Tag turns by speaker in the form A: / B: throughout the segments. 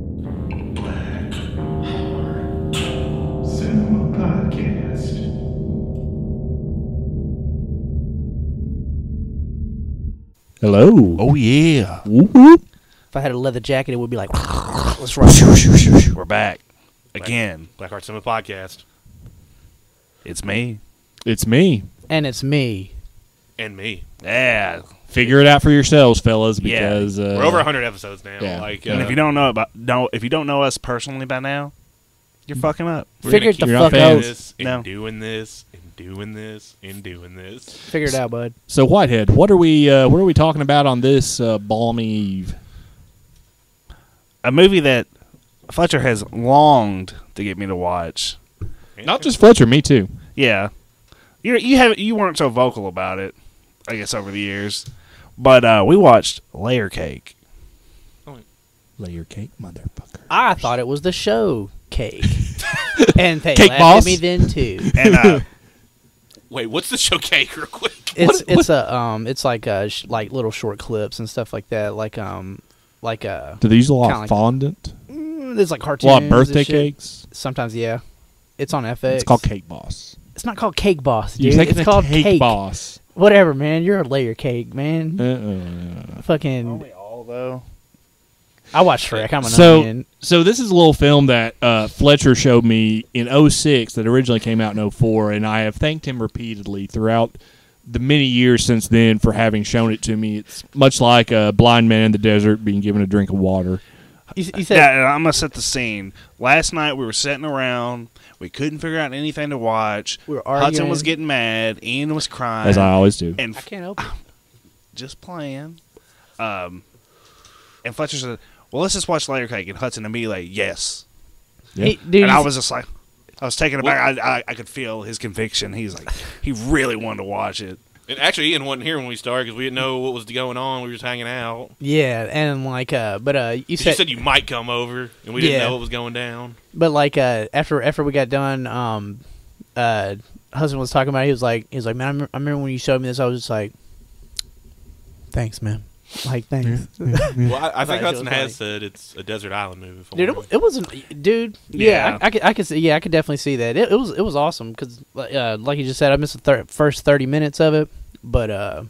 A: Black Heart Cinema Podcast.
B: Hello.
C: Oh yeah.
B: Whoop, whoop.
D: If I had a leather jacket, it would be like, let's run.
C: We're back. Again.
E: Black Heart Cinema Podcast.
C: It's me.
B: It's me.
D: And it's me.
E: And me.
C: Yeah.
B: Figure it out for yourselves, fellas,
C: Yeah.
B: because uh,
E: We're over 100 episodes now.
B: yeah.
E: Like,
B: Yeah.
E: uh,
C: and if you don't know about no if you don't know us personally by now, you're fucking up.
E: we're
D: Figure it the
E: gonna keep
B: You're not
D: fuck
B: fans.
D: out.
E: doing this and
C: No.
E: doing this and doing this and doing this.
D: Figure it out, bud.
B: So Whitehead, what are we uh, what are we talking about on this uh, balmy eve?
C: A movie that Fletcher has longed to get me to watch.
B: Not just Fletcher, me too.
C: Yeah. You you have you weren't so vocal about it, I guess over the years. But uh, we watched Layer Cake.
B: Layer cake, motherfucker.
D: I thought it was the show cake. and they
B: Cake
D: laughed
B: boss?
D: at me then too.
C: And uh,
E: Wait, what's the show cake real quick?
D: It's it's a um it's like uh sh- like little short clips and stuff like that. Like um like uh
B: Do they use a lot
D: Kinda
B: of
D: like-
B: fondant?
D: mm, there's like
B: A
D: cartoons.
B: lot of birthday
D: and shit.
B: cakes?
D: Sometimes yeah. It's on FX.
B: It's called Cake Boss.
D: It's not called Cake Boss,
B: You're
D: dude.
B: thinking
D: It's
B: of
D: called
B: cake,
D: Cake
B: Boss.
D: Whatever, man. You're a layer cake, man.
B: Uh-uh.
D: Fucking.
C: only all though.
D: I watch Shrek. I'm an
B: So-
D: onion.
B: So this is a little film that uh, Fletcher showed me in 06 that originally came out in 04, and I have thanked him repeatedly throughout the many years since then for having shown it to me. It's much like a blind man in the desert being given a drink of water.
D: You, s- you said
C: Yeah, and I'm gonna set the scene. Last night we were sitting around. We couldn't figure out anything to watch.
D: We were
C: Hudson
D: arguing.
C: was getting mad. Ian was crying.
B: As I always do.
C: and
D: I
C: f-
D: can't open. it.
C: just playing. Um, and Fletcher said, "Well, let's just watch Layer Cake." And Hudson immediately, "Yes."
B: Yeah.
D: He- dude,
C: and
D: you
C: I
D: s-
C: was just like, I was taken aback. I, I I could feel his conviction. He's like, he really wanted to watch it.
E: And actually, Ian wasn't here when we started because we didn't know what was going on. We were just hanging out.
D: Yeah, and like, uh, but uh, you
E: You
D: said,
E: said you might come over, and we didn't
D: Yeah.
E: know what was going down.
D: but like, uh, after after we got done, um, uh, husband was talking about. It, he was like, he was like, man, I, rem- I remember when you showed me this. I was just like, thanks, man. Like, thanks,
E: Well, I, I
D: Right,
E: think
D: it
E: Hudson
D: was
E: has said it's a desert island movie. if I'm
D: dude. It,
E: right.
D: wa- it was, an- dude. Yeah,
C: Yeah.
D: I, I could, I could, see, yeah, I could definitely see that. It, it was, it was awesome because, uh, like you just said, I missed the thir- first thirty minutes of it, but uh,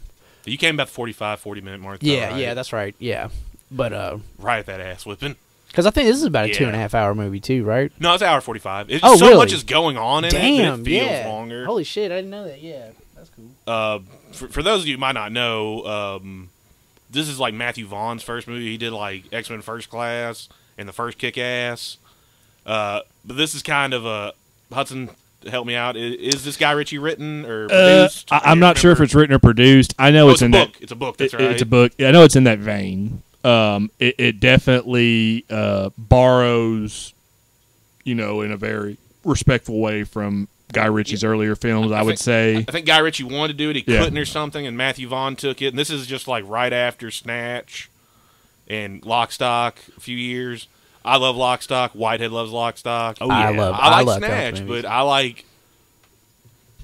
E: you came about 45, 40 minute mark. though,
D: yeah,
E: right?
D: yeah, that's right, yeah, but uh,
E: right at that ass whipping.
D: because I think this is about a two
E: Yeah.
D: and a half hour movie too, right?
E: No, it's hour forty five. It's
D: Oh,
E: so
D: really?
E: much is going on in it. that
D: Damn,
E: It feels
D: yeah.
E: longer.
D: Holy shit, I didn't know that. Yeah, that's cool.
E: uh, for, for those of you who might not know, um, this is like Matthew Vaughn's first movie. He did like X Men First Class and the first Kick Ass. Uh, but this is kind of a Hudson. Help me out. I- Is, this Guy Ritchie written or
B: Uh,
E: produced?
B: I,
E: can't
B: I'm not sure if
E: remember.
B: it's written or produced. I know
E: Oh,
B: it's,
E: it's a
B: in
E: book.
B: that.
E: It's a book. That's
B: it-
E: right.
B: It's a book. I know it's in that vein. Um, it, it definitely uh, borrows, you know, in a very respectful way from Guy Ritchie's earlier films. I, would
E: think-
B: say
E: I think Guy Ritchie wanted to do it. He
B: Yeah.
E: couldn't or something, and Matthew Vaughn took it. And this is just like right after Snatch and Lock, Stock. A few years. I love Lock, Stock. Whitehead loves Lock, Stock.
C: Oh, yeah.
D: I love.
E: I like
D: love
E: Snatch,
D: those
E: but
D: movies.
E: I like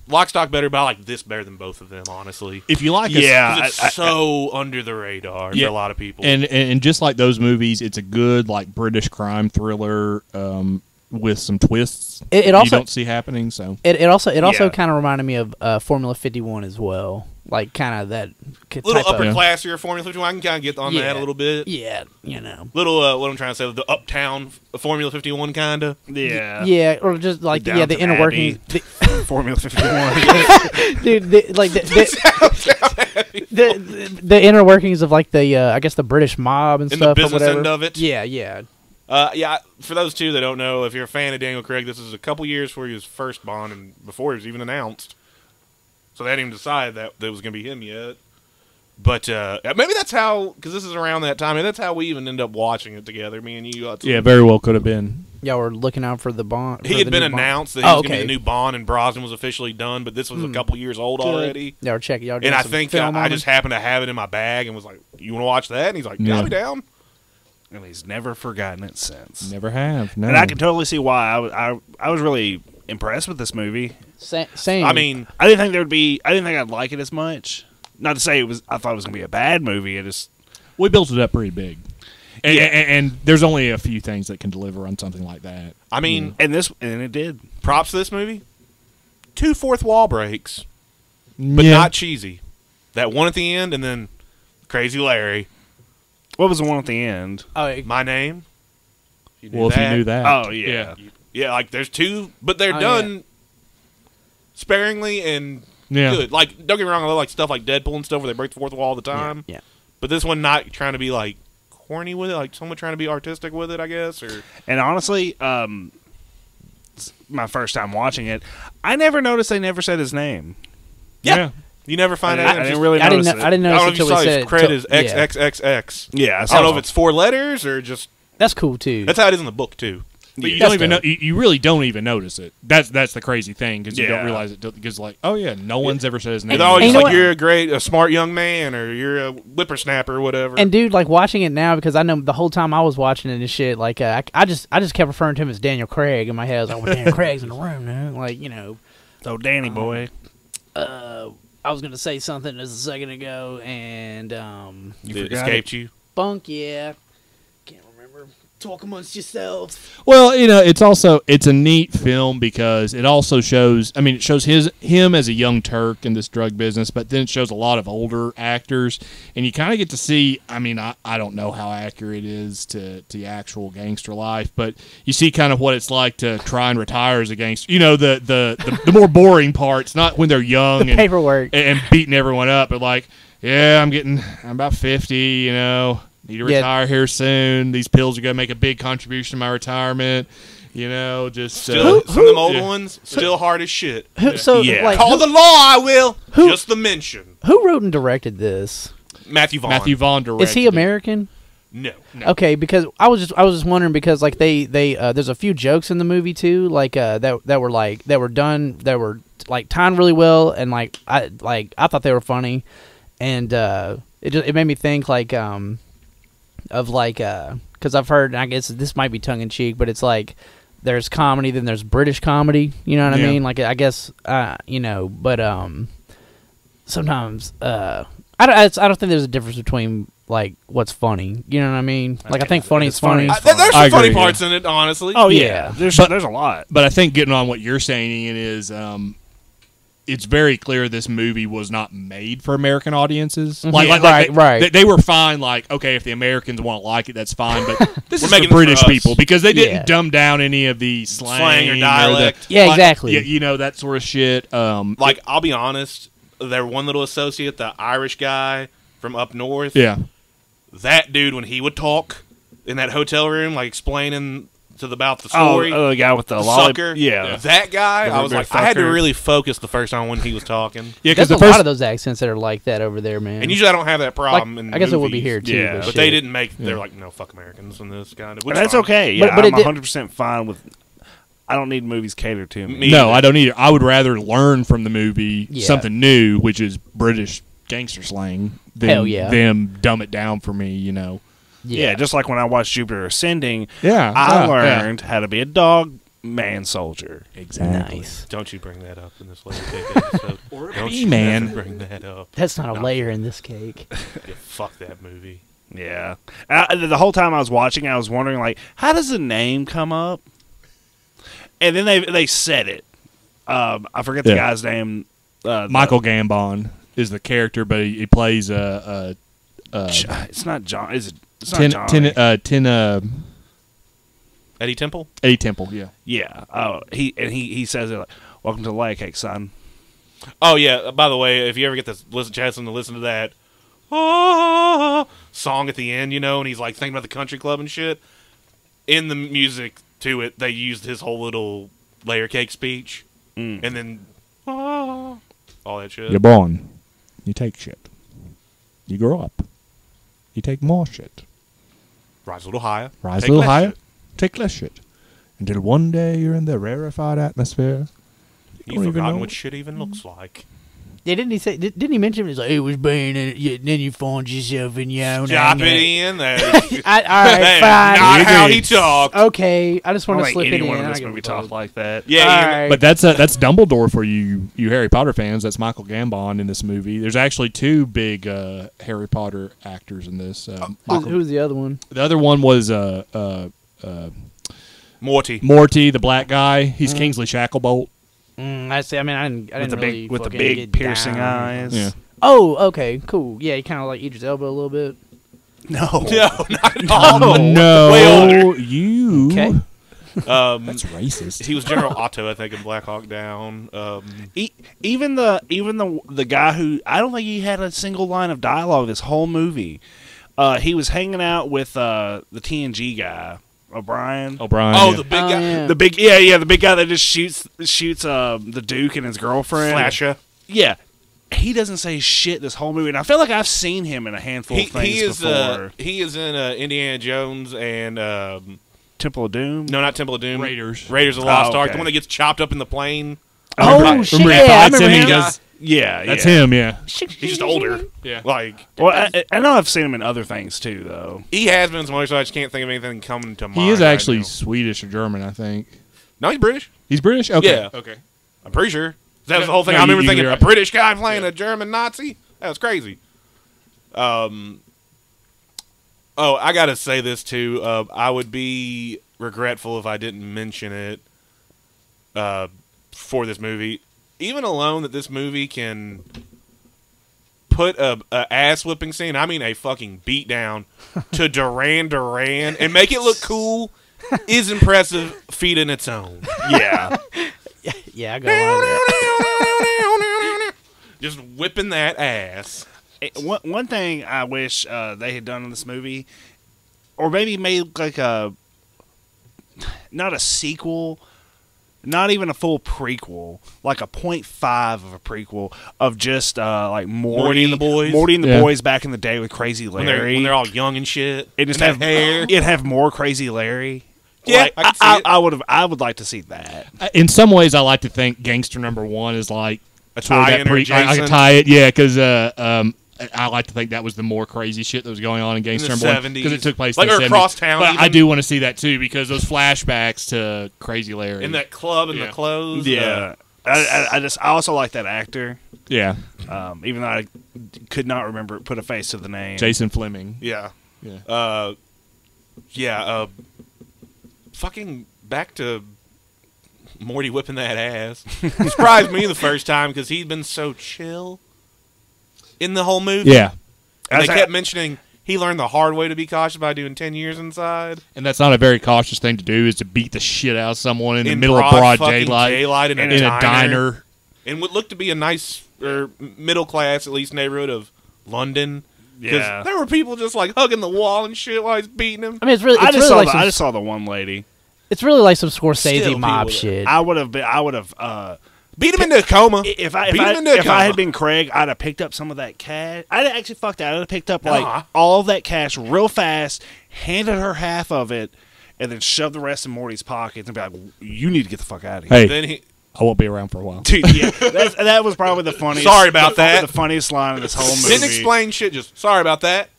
E: Lock, Stock better. But I like this better than both of them, honestly. 'Cause
B: if you like, a-
C: Yeah,
E: it's
C: I- I-
E: so under the radar
B: Yeah.
E: for a lot of people.
B: and, and and just like those movies, it's a good like British crime thriller um, with some twists.
D: It- it
B: you
D: also-
B: don't see happening. So
D: it, it also it also
C: Yeah.
D: kind of reminded me of uh, Formula Fifty One as well, like kind of that k-
E: little
D: type
E: upper
D: Of,
E: classier Formula 51. I can kind of get on
D: Yeah.
E: that a little bit.
D: yeah, you know.
E: Little, uh, what I'm trying to say, the uptown Formula 51 kind of.
C: Yeah.
D: Yeah, or just like
C: The
D: yeah, the
C: Downton
D: inner workings, the,
C: Formula 51.
D: dude. The, like the the, the, the the inner workings of like the uh, I guess the British mob and
E: In the
D: stuff
E: business
D: or whatever.
E: end of it.
D: Yeah, yeah.
E: Uh, yeah, for those two that don't know, if you're a fan of Daniel Craig, this is a couple years before he was first Bond and before he was even announced. So they hadn't even decided that that was going to be him yet. But uh, maybe that's how, because this is around that time, and that's how we even end up watching it together, me and you. Hudson.
B: yeah, very well could have been.
D: Y'all were looking out for the bond.
E: he
D: for
E: had
D: the
E: been
D: new Bond.
E: announced that he
D: Oh,
E: was going
D: okay. Hmm.
E: to be the new Bond, and Brosnan was officially done, but this was a couple years old
D: Good.
E: already.
D: Y'all were checking. Y'all were doing
E: And I
D: some
E: think I,
D: film on
E: I
D: him.
E: just happened to have it in my bag and was like, you want to watch that? And he's like, yeah,
B: Yeah.
E: I'll be down.
C: and he's never forgotten it since.
B: Never have. No.
C: And I can totally see why. I, was- I, I was really impressed with this movie.
D: Sa- same.
E: I mean,
C: I didn't think there would be. I didn't think I'd like it as much. Not to say it was. I thought it was gonna be a bad movie. I just
B: We built it up pretty big. And,
C: Yeah.
B: and, and there's only a few things that can deliver on something like that.
E: I mean,
D: Hmm.
C: And this and it did.
E: props to this movie. Two fourth wall breaks, but
B: Yeah.
E: not cheesy. That one at the end, and then Crazy Larry.
C: What was the one at the end?
D: Oh, it-
E: My name. If you
B: well, if you knew that,
C: Oh yeah.
E: Yeah, like there's two, but they're
D: Oh,
E: done sparingly and
B: yeah,
E: good. Like, don't get me wrong, I like stuff like Deadpool and stuff where they break the fourth wall all the
D: yeah,
E: time.
D: yeah.
E: But this one not trying to be like corny with it, like someone trying to be artistic with it, I guess. Or
C: And honestly, um, it's my first time watching it, I never noticed they never said his name.
E: yeah, you never find
C: I,
E: out.
C: I
E: It's
C: didn't
E: just-
C: really
D: I didn't.
C: notice
D: Know, I didn't
E: I don't know
D: notice
E: if you
D: until we
E: saw
D: said
E: his
D: it
E: credit
D: till-
E: is X
D: yeah.
E: X X X.
C: it. Yeah,
E: I don't know if it's four letters or just.
D: That's cool too.
E: That's how it is in the book too.
B: But you
D: That's
B: don't even know.
D: dope.
B: You, you really don't even notice it. That's that's the crazy thing because you
C: Yeah.
B: don't realize it because like oh yeah, no one's ever said his name.
E: They're always
D: you
E: just
D: know
E: like
D: what?
E: you're a great, a smart young man, or you're a whippersnapper, or whatever.
D: and dude, like watching it now because I know the whole time I was watching it and shit, like uh, I, I just I just kept referring to him as Daniel Craig in my head. I was like, well, Daniel Craig's in the room, man. Like you know,
C: so Danny
B: Uh-huh.
C: boy.
D: uh, I was gonna say something just a second ago, and um,
E: you
C: forgot
E: escaped you.
D: Bunk, yeah, can't remember. Talk amongst yourselves.
B: Well, you know, it's also it's a neat film because it also shows. I mean, it shows his him as a young Turk in this drug business, but then it shows a lot of older actors, and you kind of get to see. I mean, I, I don't know how accurate it is to to actual gangster life, but you see kind of what it's like to try and retire as a gangster. You know, the the the, the more boring parts, not when they're young and
D: Paperwork.
B: and, and beating everyone up. But like, yeah, I'm getting, I'm about fifty. You know, need to
D: Yeah.
B: retire here soon. These pills are gonna make a big contribution to my retirement. You know, just
E: Still,
B: uh,
E: some of them old
B: yeah.
E: ones still hard as shit.
D: Who- so
C: Yeah.
D: like,
E: Call
D: who,
E: the law, I will.
D: Who-
E: Just the mention.
D: who wrote and directed this?
E: Matthew Vaughn.
B: Matthew Vaughn directed.
D: Is he
B: it.
D: American?
E: No.
D: Okay, because I was just I was just wondering because like they they uh, there's a few jokes in the movie too like uh, that that were like that were done that were like timed really well and like I like I thought they were funny and uh, it just, it made me think like um of like uh because I've heard and I guess this might be tongue in cheek but it's like there's comedy then there's British comedy you know what
B: Yeah.
D: I mean like I guess uh you know but um sometimes uh I don't I, just- I don't think there's a difference between like what's funny you know what I mean like I think funny
C: It's
D: is funny,
E: I,
C: funny.
E: th- there's some
B: I
E: funny
B: agree,
E: parts in it, honestly.
C: Oh yeah,
D: Yeah.
C: there's there's a lot.
B: But I think getting on what you're saying, Ian, is um, it's very clear this movie was not made for American audiences. Like,
D: Yeah,
B: like, like
D: Mm-hmm. right,
B: they,
D: right.
B: They, they were fine. Like, okay, if the Americans want to like it, that's fine. But this
E: We're
B: is
E: making
B: for
E: this
B: British
E: for us.
B: people because they didn't
D: Yeah.
B: dumb down any of the slang,
E: Slang or
B: the-
E: dialect.
D: Yeah,
B: like,
D: exactly.
B: yeah, you know that sort of shit. Um,
E: Like, I'll be honest, their one little associate, the Irish guy from up north,
B: yeah,
E: that dude, when he would talk in that hotel room, like explaining to the, about the
C: Oh,
E: story,
C: oh, the guy with the,
E: the
C: lolly-
E: sucker,
C: Yeah.
E: that guy,
C: The
E: I was
C: big
E: like, I had to
C: fucker.
E: really focus the first time when he was talking.
B: yeah. Because
D: There's
B: the
D: a
B: first,
D: lot of those accents that are like that over there, man.
E: And usually I don't have that
D: Like,
E: problem. in
D: I guess it would be here
E: movies.
D: too.
C: Yeah,
D: but,
E: But they
D: shit.
E: didn't make. They're like, no, fuck Americans in this kind of.
C: But
E: which
C: that's
E: fine.
C: okay.
D: But-
C: Yeah,
D: but
C: I'm
D: it did-
C: 100 percent fine with. I don't need movies catered to me.
E: Me-
B: no, I don't either. I would rather learn from the movie
D: Yeah.
B: something new, which is British gangster slang, than
D: Hell yeah.
B: them dumb it down for me. You know.
C: Yeah. just like when I watched Jupiter Ascending,
B: Yeah, yeah,
C: I
B: yeah.
C: learned how to be a dog man soldier.
B: Exactly.
D: nice.
E: Don't you bring that up in this later episode.
B: Or a
E: Don't
B: bee
E: you
B: man.
E: never bring that up.
D: That's not a layer in this cake.
E: Yeah, fuck that movie.
C: Yeah, I, the whole time I was watching, I was wondering like, how does the name come up? And then they they said it. Um, I forget the
B: Yeah.
C: guy's name. Uh, the-
B: Michael Gambon is the character, but he, he plays a,
C: Ch- uh, it's not John. Is it? It's
B: a ten,
C: not John.
B: ten, uh, ten, uh,
E: Eddie Temple.
B: a temple. Yeah,
C: yeah. Oh, he and he he says it like, "Welcome to the Layer Cake, son."
E: Oh yeah. By the way, if you ever get this listen chance to listen to that ah, song at the end, you know, and he's like thinking about the country club and shit. In the music to it, they used his whole little layer cake speech,
C: Mm.
E: and then ah, all that shit.
B: you're born, you take shit, you grow up, you take more shit,
E: Rise a little higher.
B: rise
E: Take
B: a little
E: less
B: higher,
E: shit.
B: take less shit, until one day you're in the rarefied atmosphere. Don't
E: You've
B: even
E: forgotten
B: know.
E: Mm. what shit even looks like.
D: Yeah, didn't he say? Did, not he mention it? He's like, it was being, in it, yeah, then you find yourself in your own.
E: Stop it,
D: hangout."
E: Ian. That is
D: I, all right,
E: Hey,
D: fine.
E: not how he
B: It is.
E: talked.
D: okay, I just
C: I don't
D: want to
C: think
D: slip it in.
C: anyone in
D: I
C: this
D: don't
C: movie
D: give a
C: talk
D: fuck.
C: like that.
E: Yeah, Ian.
D: All right.
B: But that's uh that's Dumbledore for you, you Harry Potter fans. That's Michael Gambon in this movie. There's actually two big uh, Harry Potter actors in this. Uh,
D: Who's,
B: Michael,
D: who's the other one?
B: the other one was uh, uh,
E: Morty.
B: Morty, the black guy. He's Kingsley Shacklebolt.
D: Mm, I see. I mean, I didn't. I
C: with
D: didn't
C: the big
D: really
C: with the
D: fucking
C: big
D: get
C: piercing
D: down.
C: eyes.
B: Yeah.
D: Oh, okay, cool. Yeah, he kind of like Idris Elba a little bit.
C: No.
E: No, not at
C: Oh,
E: all. Way
B: no, you.
D: Okay.
E: Um,
B: That's racist.
E: he was General Otto, I think, in Black Hawk Down. Um,
C: E- even the even the the guy who I don't think he had a single line of dialogue this whole movie. Uh, he was hanging out with uh, the TNG guy, O'Brien.
B: O'Brien.
E: oh,
B: yeah.
E: the big
D: Oh,
E: guy,
D: yeah.
E: yeah.
C: The big yeah yeah the big guy that just shoots shoots uh, the Duke and his girlfriend.
E: Slasher.
C: Yeah, he doesn't say shit this whole movie, and I feel like I've seen him in a handful
E: He,
C: of things
E: he is
C: before.
E: uh, he is in uh, Indiana Jones and um,
C: Temple of Doom.
E: no, not Temple of Doom.
B: Raiders.
E: Raiders of the Lost
C: Oh,
E: Ark.
C: okay.
E: The one that gets chopped up in the plane.
D: Oh,
B: Remember-
D: shit,
B: remember he
D: yeah, I
B: fights
D: remember
B: him and
D: him.
B: he does-
C: yeah,
B: That's
C: yeah.
B: him. Yeah.
E: He's just older.
B: Yeah.
E: Like
C: Well, I, I know I've seen him in other things too, though.
E: he has been in some other, so I just can't think of anything coming to mind.
B: He is
E: right
B: actually
E: now.
B: Swedish or German, I think.
E: no, he's British.
B: He's British. Okay.
E: Yeah.
B: Okay.
E: I'm pretty sure. That was the whole thing.
B: No,
E: I
B: you-
E: remember
B: you
E: thinking
B: were
E: a
B: right.
E: British guy playing a German Nazi. That was crazy. Um. Oh, I gotta say this too. Uh, I would be regretful if I didn't mention it. Uh, for this movie, even alone that this movie can put a, a ass whipping scene. I mean, a fucking beat down to Duran Duran and make it look cool is impressive feat in its own.
C: Yeah,
D: Yeah, I got along with that.
E: Just whipping that ass.
C: It- one, one thing I wish uh, they had done in this movie, or maybe made like a not a sequel, not even a full prequel, like a point five of a prequel of just uh, like Morty,
E: Morty and the boys?
C: Morty and the
B: Yeah.
C: boys back in the day with Crazy Larry.
E: When they're, when they're all young and shit.
C: and just
E: and
C: have
E: that hair.
C: It'd have more Crazy Larry.
E: Yeah,
C: Like,
E: I can see
C: I,
E: it.
C: I would have. I would like to see that.
B: I- Uh, In some ways, I like to think Gangster Number One is like
E: A
B: toward
E: tie in or
B: I- I,
E: Jason.
B: could tie it, yeah, because uh, um, I- I like to think that was the more crazy shit that was going on in Gangster
E: the
B: Number One
E: 70s.
B: because it took place in
E: Like,
B: the
E: or
B: 70s.
E: Crosstown
B: But I
E: even.
B: do want to see that too because those flashbacks to Crazy Larry
E: In that club and
B: Yeah.
E: the clothes. Uh,
C: Yeah, Uh, I, I, I just. I also like that actor.
B: yeah,
C: um, even though I could not remember put a face to the name.
B: Jason Fleming.
E: yeah.
B: Yeah.
E: Uh, yeah. Uh, fucking back to Morty whipping that ass. Surprised me the first time because he'd been so chill in the whole movie.
B: yeah,
E: And they
C: That's-
E: kept mentioning he learned the hard way to be cautious by doing 10 years inside.
B: and that's not a very cautious thing to do is to beat the shit out of someone in, the middle of broad
E: fucking
B: daylight,
E: daylight in,
B: in a diner.
E: in what looked to be a nice or middle class at least neighborhood of London. 'Cause
C: Yeah.
E: there were people just like hugging the wall and shit while he's beating him.
D: I mean, it's really,
C: I
D: it's
C: just
D: really
C: saw
D: like
C: the,
D: some,
C: I just saw the one lady.
D: it's really like some Scorsese
E: Still
D: mob
E: people
D: shit.
C: I would have been. I would have. Uh,
E: Beat him into a coma.
C: if I if,
E: Beat
C: I,
E: him into a
C: if I
E: coma.
C: had been Craig, I'd have picked up some of that cash. I'd have actually fucked that. I'd have picked up like
E: Nah.
C: all that cash real fast, handed her half of it, and then shoved the rest in Morty's pockets and be like, "You need to get the fuck out of here."
B: Hey,
E: then he,
B: I won't be around for a while.
C: Dude, yeah, that's, that was probably the funniest.
E: Sorry about that.
C: The funniest line of this whole movie.
E: didn't explain shit. Just sorry about that.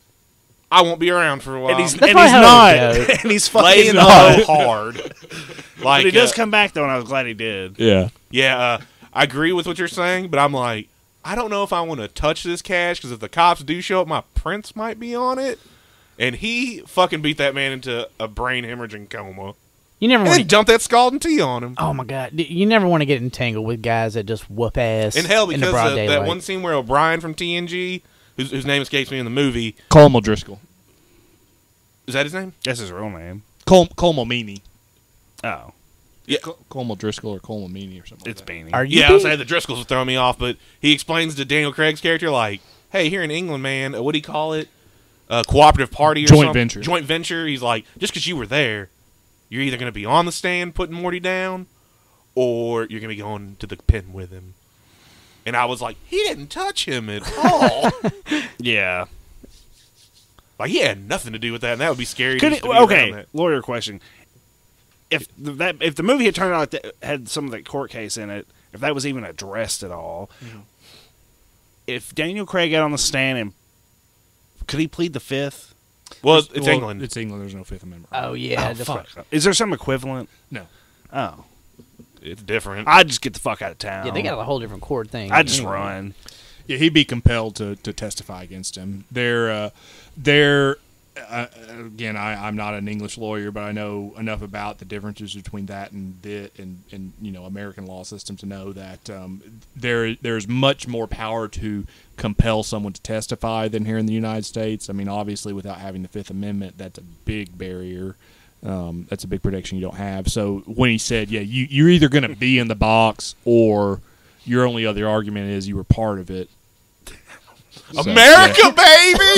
E: I won't be around for a while.
C: And he's,
D: That's
C: and
D: probably
C: he's
D: how
C: not.
D: it would
C: And he's
E: playing
C: fucking
E: so
C: not.
E: hard. Like
C: But he does
E: uh,
C: come back though, and I was glad he did.
B: Yeah,
E: Yeah, uh, I agree with what you're saying, but I'm like, I don't know if I want to touch this cash because if the cops do show up, my prints might be on it. And he fucking beat that man into a brain hemorrhaging coma,
D: you never
E: and then
D: want. to
E: dumped that scalding tea on him.
D: Oh my god, D- you never want to get entangled with guys that just whoop ass
E: and hell,
D: in the
E: because
D: broad
E: of that
D: daylight.
E: one scene where O'Brien from TNG, whose, whose name escapes me in the movie,
B: Colm O'Driscoll,
E: is that his name?
C: That's his real name.
B: Colm Colm O'Meany,
C: Oh,
E: Yeah,
B: Colm O'Driscoll, or Colm O'Meany, or something.
C: it's
B: like that.
C: Beanie.
D: Are you?
E: yeah. I was
D: being-
E: saying the Driscolls would throw me off, but he explains to Daniel Craig's character like, "Hey, here in England, man, uh, what do you call it? A cooperative party or
B: Joint
E: something?
B: venture.
E: Joint venture." He's like, "Just because you were there, you're either going to be on the stand putting Morty down, or you're going to be going to the pen with him." And I was like, "He didn't touch him at all.
C: Yeah.
E: like he had nothing to do with that, and that would be scary."
C: Could
E: Could
C: it,
E: to be around
C: okay,
E: that.
C: lawyer question. If the, that if the movie had
D: Mm-hmm.
C: turned out like that, had some of that court case in it, if that was even addressed at all, if Daniel Craig got on the stand and could he plead the fifth?
E: Well, it's,
B: Well,
E: England.
B: It's England. There's no Fifth Amendment.
D: Oh yeah,
C: Oh,
D: that's
C: fuck.
D: right.
C: Is there some equivalent?
B: no.
C: Oh,
E: it's different.
C: I just get the fuck out of town.
D: Yeah, they got a whole different chord thing.
C: I just
D: Anyway.
C: run.
B: Yeah, he'd be compelled to, to testify against him. They're, uh, they're uh, again, I, I'm not an English lawyer, but I know enough about the differences between that and the, and, and you know American law system to know that um, there there's much more power to compel someone to testify than here in the United States. I mean, obviously, without having the Fifth Amendment, that's a big barrier. Um, that's a big protection you don't have. So when he said, "Yeah, you, you're either going to be in the box or your only other argument is you were part of it," So,
E: America, baby.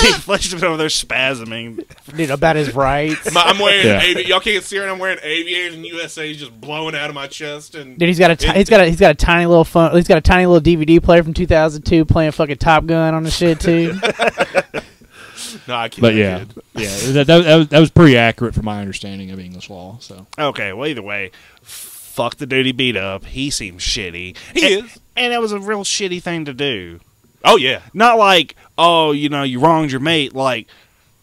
C: Keith Fletcher's over there spasming.
D: dude about his rights.
E: My, I'm wearing
B: Yeah.
E: avi- y'all can't see it. I'm wearing aviators and USA's just blowing out of my chest and
D: Dude, he's got a ti- he's got a, he's got a tiny little phone. He's got a tiny little DVD player from 2002 playing fucking Top Gun on the shit too.
E: no, I can't.
B: But yeah, yeah, that, that, that, was, that was pretty accurate for my understanding of English law. So
C: Okay, well either way, fuck the dude he beat up. He seems shitty.
E: He
C: and,
E: is.
C: and that was a real shitty thing to do.
E: Oh yeah,
C: Not like, oh, you know, you wronged your mate. Like,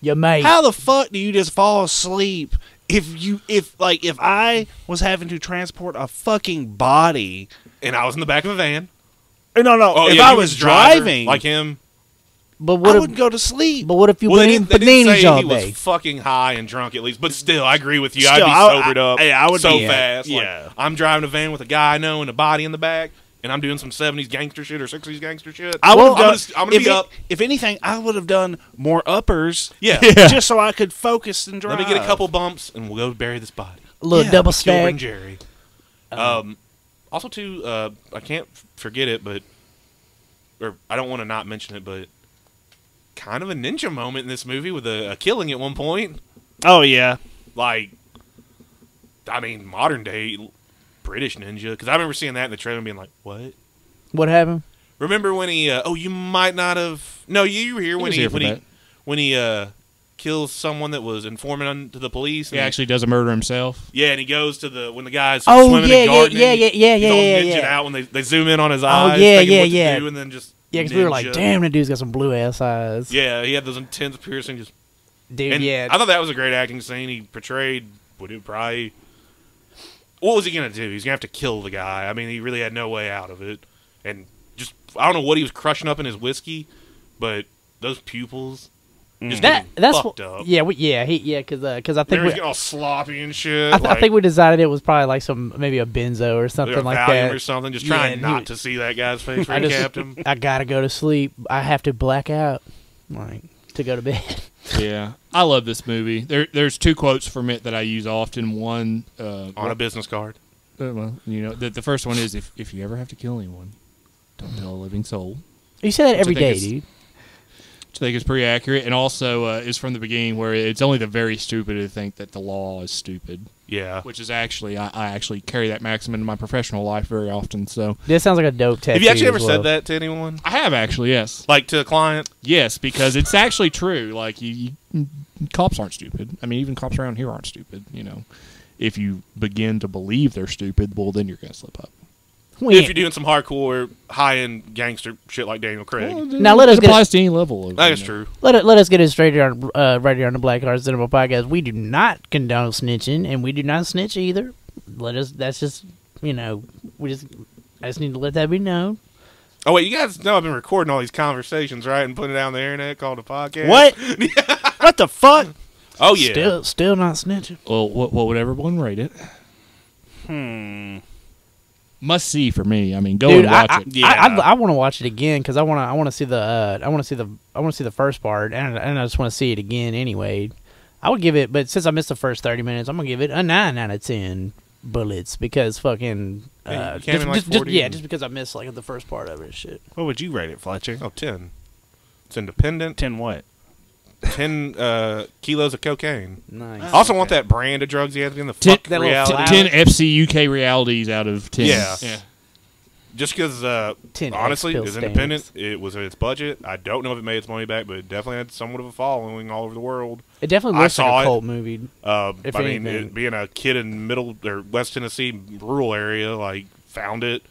D: Your mate.
C: how the fuck do you just fall asleep if you if like if I was having to transport a fucking body? Eh,
E: and I was in the back of a van.
C: No, no.
E: Oh,
C: if
E: yeah,
C: I
E: you
C: was
E: the driver,
C: driving,
E: like him.
D: but
C: I
D: what if
C: wouldn't go to sleep.
D: but what if you
E: Well, they
D: banana-
E: didn't, they didn't
D: bananas
E: say
D: all
E: he was
D: day?
E: fucking high and drunk at least, but still, I agree with you.
C: Still,
E: I'd
C: I-
E: be sobered
C: I-
E: up.
C: yeah, I would
E: so
C: be-
E: fast. like,
C: yeah.
E: I'm driving a van with a guy I know and a body in the back, and I'm doing some '70s gangster shit or '60s gangster shit.
C: I would
E: Well,
C: have done.
E: I'm gonna, I'm gonna
C: if
E: be
C: it-
E: up.
C: If anything, I would have done more uppers.
E: Yeah.
C: Just so I could focus and drive.
E: Let me get a couple bumps, and we'll go bury this body.
D: A little
C: Yeah,
D: double
E: Gilbert and
D: stack.
E: Jerry. Um, also, too, uh, I can't f- forget it, but or I don't want to not mention it, but kind of a ninja moment in this movie with a, a killing at one point.
C: Oh yeah.
E: Like, I mean, modern day l- British ninja. Because I remember seeing that in the trailer and being like, "What?"
D: What happened?
E: Remember when he? Uh, oh, you might not have. No, you, you were here when
B: was
E: he,
B: here for
E: when he
B: that.
E: when he uh, kills someone that was informing on to the police.
B: he
E: and-
B: actually does a murder himself.
E: yeah, and he goes to the when the guys
D: Oh,
E: swimming
D: yeah, yeah,
E: and gardening.
D: yeah, yeah, yeah,
E: he's
D: yeah,
E: all
D: yeah,
E: ninja'd
D: yeah. Oh,
E: out when they, they zoom in on his eyes.
D: yeah,
E: thinking
D: yeah,
E: what to
D: yeah.
E: do, and then just
D: Yeah, because we were like,
E: ninja.
D: damn, that dude's got some blue ass eyes.
E: Yeah, he had those intense piercing. Just
D: dude.
E: and
D: yeah,
E: I thought that was a great acting scene. He portrayed what he probably. What was he gonna do? He's gonna have to kill the guy. I mean, he really had no way out of it, and just I don't know what he was crushing up in his whiskey, but those pupils. Just
D: that
E: getting
D: that's
E: fucked
D: what,
E: up.
D: yeah, we, yeah, he, yeah, because because I think
E: Remember,
D: we,
E: he's getting all sloppy and shit.
D: I, th-
E: like,
D: I think we decided it was probably like some maybe a benzo or
E: or
D: something like
E: Valium
D: that.
E: or something. Just
D: Yeah,
E: trying
D: and he
E: not
D: was-
E: to see that guy's face.
D: I
E: Where he
D: just-
E: capped him.
D: I gotta go to sleep. I have to black out, like to go to bed.
B: Yeah, I love this movie. There, there's two quotes from it that I use often. One, uh,
E: on a business card.
B: uh, well, you know, the, the first one is if if you ever have to kill anyone, don't tell a living soul.
D: You say that every
B: think
D: day,
B: it's-
D: dude.
B: Which I think is pretty accurate, and also uh, is from the beginning where it's only the very stupid who think that the law is stupid,
E: Yeah.
B: which is actually I, I actually carry that maxim into my professional life very often. So
D: This sounds like a dope tattoo.
E: Have you actually ever
D: as well.
E: said that to anyone?
B: I have actually yes.
E: Like to a client?
B: Yes, because it's actually true. Like you, you, cops aren't stupid. I mean, even cops around here aren't stupid. You know, if you begin to believe they're stupid, well, then you're gonna slip up.
D: When?
E: If you're doing some hardcore, high end gangster shit like Daniel Craig.
B: Well,
D: Now let
B: it
D: us get-
B: applies to any level. Of,
E: that is
B: you know.
E: true.
D: Let it, let us get it straight here on uh, right here on the Black Heart Cinema podcast. We do not condone snitching, and we do not snitch either. Let us. That's just you know we just I just need to let that be known.
E: Oh, wait, you guys know I've been recording all these conversations, right? And putting it out on the internet called a podcast.
C: What? what the fuck?
E: Oh, yeah.
D: Still still not snitching.
B: Well, what, what would everyone rate it?
C: Hmm.
B: Must see for me. I mean, go
D: Dude,
B: and
D: I,
B: watch
D: I,
B: it.
C: Yeah.
D: I, I, want to watch it again because I want to. I want to see the. Uh, I want to see the. I want to see the first part, and, and I just want to see it again anyway. I would give it, but since I missed the first thirty minutes, I'm gonna give it a nine out of ten bullets because fucking.
E: Hey,
D: Uh,
E: you came
D: just,
E: in like
D: just- just-
E: 40
D: yeah,
E: and-
D: just because I missed like the first part of it, shit.
C: What would you rate it, Fletcher?
E: Oh, 10. It's independent.
C: Ten what?
E: 10 uh, kilos of cocaine.
D: Nice.
E: I also want that brand of drugs you have to be in the
B: Ten-
E: fuck
D: that little
E: reality.
D: flat-
B: Ten FC UK realities out of ten.
E: Yeah. just because uh,
D: 10
E: honestly
D: X-Bill
E: it's independent it was its budget i don't know if it made its money back but it definitely had somewhat of a following all over the world
D: It definitely
E: I
D: looks
E: saw
D: like
E: it.
D: a cult movie.
E: uh,
D: If
E: i mean
D: anything.
E: it, being a kid in middle or west tennessee rural area like found it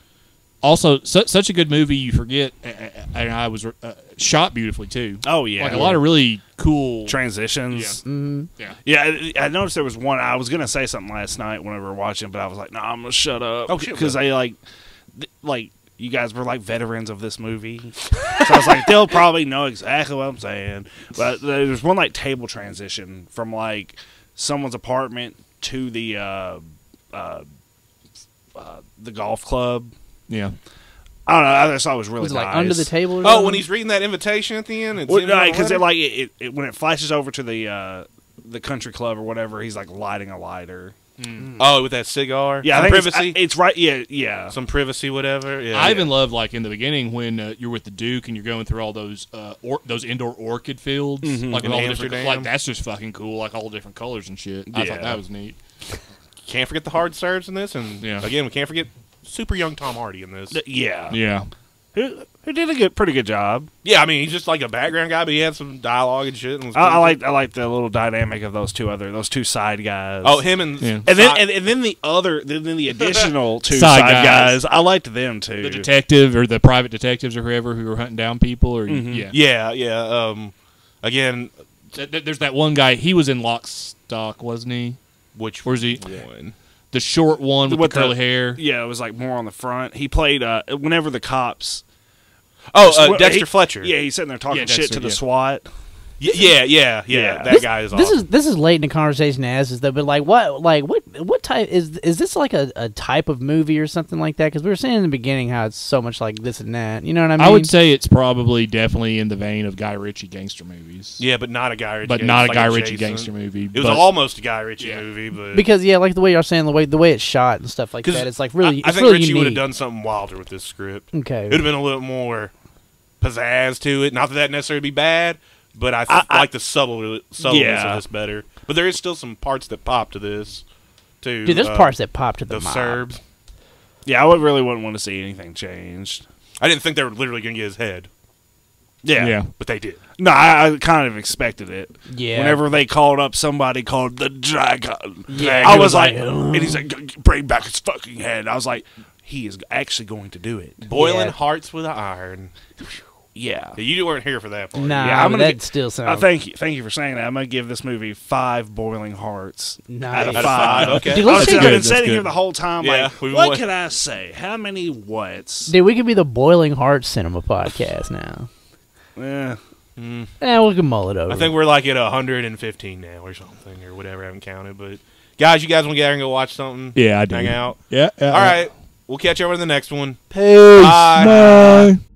B: Also, su- such a good movie. You forget, uh, uh, and I was uh, shot beautifully too.
C: Oh yeah,
B: Like a lot of really cool.
C: transitions.
B: yeah.
C: Yeah, I, I noticed there was one. I was gonna say something last night whenever we were watching, but I was like, "No, nah, I'm gonna shut up."
E: Okay,
C: because I like, th- like you guys were like veterans of this movie, so I was like, they'll probably know exactly what I'm saying. But there was one like table transition from like someone's apartment to the uh, uh, uh, the golf club.
B: Yeah.
C: I don't know. I just thought it was really
D: Was it like
C: nice.
D: under the table? Or
E: Oh,
D: something?
E: when he's reading that invitation at the end, it's
C: Well,
E: in
C: no,
E: the
C: because it
E: letter?
C: like it, it, it when it flashes over to the uh, the country club or whatever, he's like lighting a lighter.
E: oh, with that cigar,
C: Yeah, I
E: some
C: think it's-
E: privacy,
C: I- It's, right. Yeah, yeah.
E: some privacy, whatever. Yeah,
B: I even love like in the beginning when uh, you're with the Duke and you're going through all those uh, or- those indoor orchid fields, like
E: Mm-hmm. In
B: with all the different,
E: Amsterdam.
B: like that's just fucking cool, like all the different colors and shit. I
C: Yeah.
B: thought that was neat.
E: can't forget the hard serves in this, and
B: Yeah.
E: again, we can't forget super young Tom Hardy in this.
C: Th- yeah.
B: Yeah,
C: Who, who did a good, pretty good job.
E: Yeah, I mean, he's just like a background guy, but he had some dialogue and shit. And was
C: I, I
E: cool.
C: like I like the little dynamic of those two other those two side guys.
E: oh him and
B: Yeah.
C: and then and, and then the other then, then the additional two
B: Side
C: side,
B: guys.
C: guys. I liked them too.
B: the detective or the private detectives or whoever who are hunting down people, or yeah,
E: Mm-hmm. yeah, yeah. Um, again,
B: Th- th- there's that one guy. He was in Lock Stock, wasn't he?
E: which
B: Where's he?
E: one?
B: The short one with
C: With
B: the
C: the-
B: curly hair.
C: yeah, it was like more on the front. He played uh, whenever the cops.
E: Oh, uh,
C: Well,
E: Dexter
C: he-
E: Fletcher.
C: Yeah, he's sitting there talking
B: Yeah,
C: shit
B: Dexter,
C: to the
B: yeah.
C: SWAT.
E: Y- yeah, yeah, yeah.
C: Yeah.
E: That
D: this,
E: guy is.
D: This
E: awesome.
D: is this is late in the conversation to ask is though, but like what like what what type is is this like a, a type of movie or something like that? Because we were saying in the beginning how it's so much like this and that. You know what I
B: I,
D: mean?
B: would say it's probably definitely in the vein of Guy Ritchie gangster movies.
E: Yeah, but not a Guy Ritchie.
B: but
E: It's
B: not a
E: like
B: Guy Ritchie
E: adjacent.
B: gangster movie.
E: It was
B: but-
E: almost a Guy Ritchie
B: Yeah.
E: movie, but
D: because yeah, like the way you're saying the way the way it's shot and stuff like
E: 'Cause
D: that. It's like really it's
E: I, I think
D: really
E: Ritchie would have
D: unique.
E: done something wilder with this script.
D: Okay.
E: It would have been a little more pizzazz to it. Not that that necessarily be bad, but I,
C: I- I-
E: like the subtle subtleness
C: Yeah.
E: of this better. But there is still some parts that pop to this. Too,
D: Dude, there's
E: Uh,
D: parts that popped to the,
E: the
D: mob.
E: Serbs.
C: Yeah, I would really wouldn't want to see anything changed.
E: I didn't think they were literally going to get his head,
C: Yeah.
B: Yeah.
E: but they did.
C: No, I, I kind of expected it.
D: Yeah.
C: Whenever they called up somebody called the dragon,
D: Yeah,
C: I
D: he
C: was,
D: was
C: like,
D: like,
C: and he's like, "G- bring back his fucking head. I was like, he is actually going to do it.
E: Boiling
D: Yeah.
E: hearts with iron.
C: Yeah.
E: Yeah, you weren't here for that part.
D: Nah,
C: Yeah, I'm
D: but
C: gonna
D: that
C: get-
D: still
C: I
D: sounds.
C: thank you. Thank you for saying that. I'm gonna give this movie five boiling hearts
D: Nice.
C: out of
E: Out of
C: five.
E: five, okay.
D: Dude,
C: I was
D: let's
B: That's
C: sitting-
D: see
B: good,
C: I've been
B: that's
C: sitting
B: good.
C: here the whole time.
E: Yeah, we
C: like, what
E: want-
C: can I say? How many whats?
D: Dude, we could be the Boiling Heart Cinema podcast now.
C: Eh.
D: Eh, we can mull it over.
E: I think we're like at 115 now or something or whatever. I haven't counted, but guys, you guys want to get out and go watch something?
B: Yeah, I do.
E: Hang out.
B: Yeah. yeah,
E: All right. We'll catch you over in the next one.
B: yeah.
E: Bye.
B: Bye.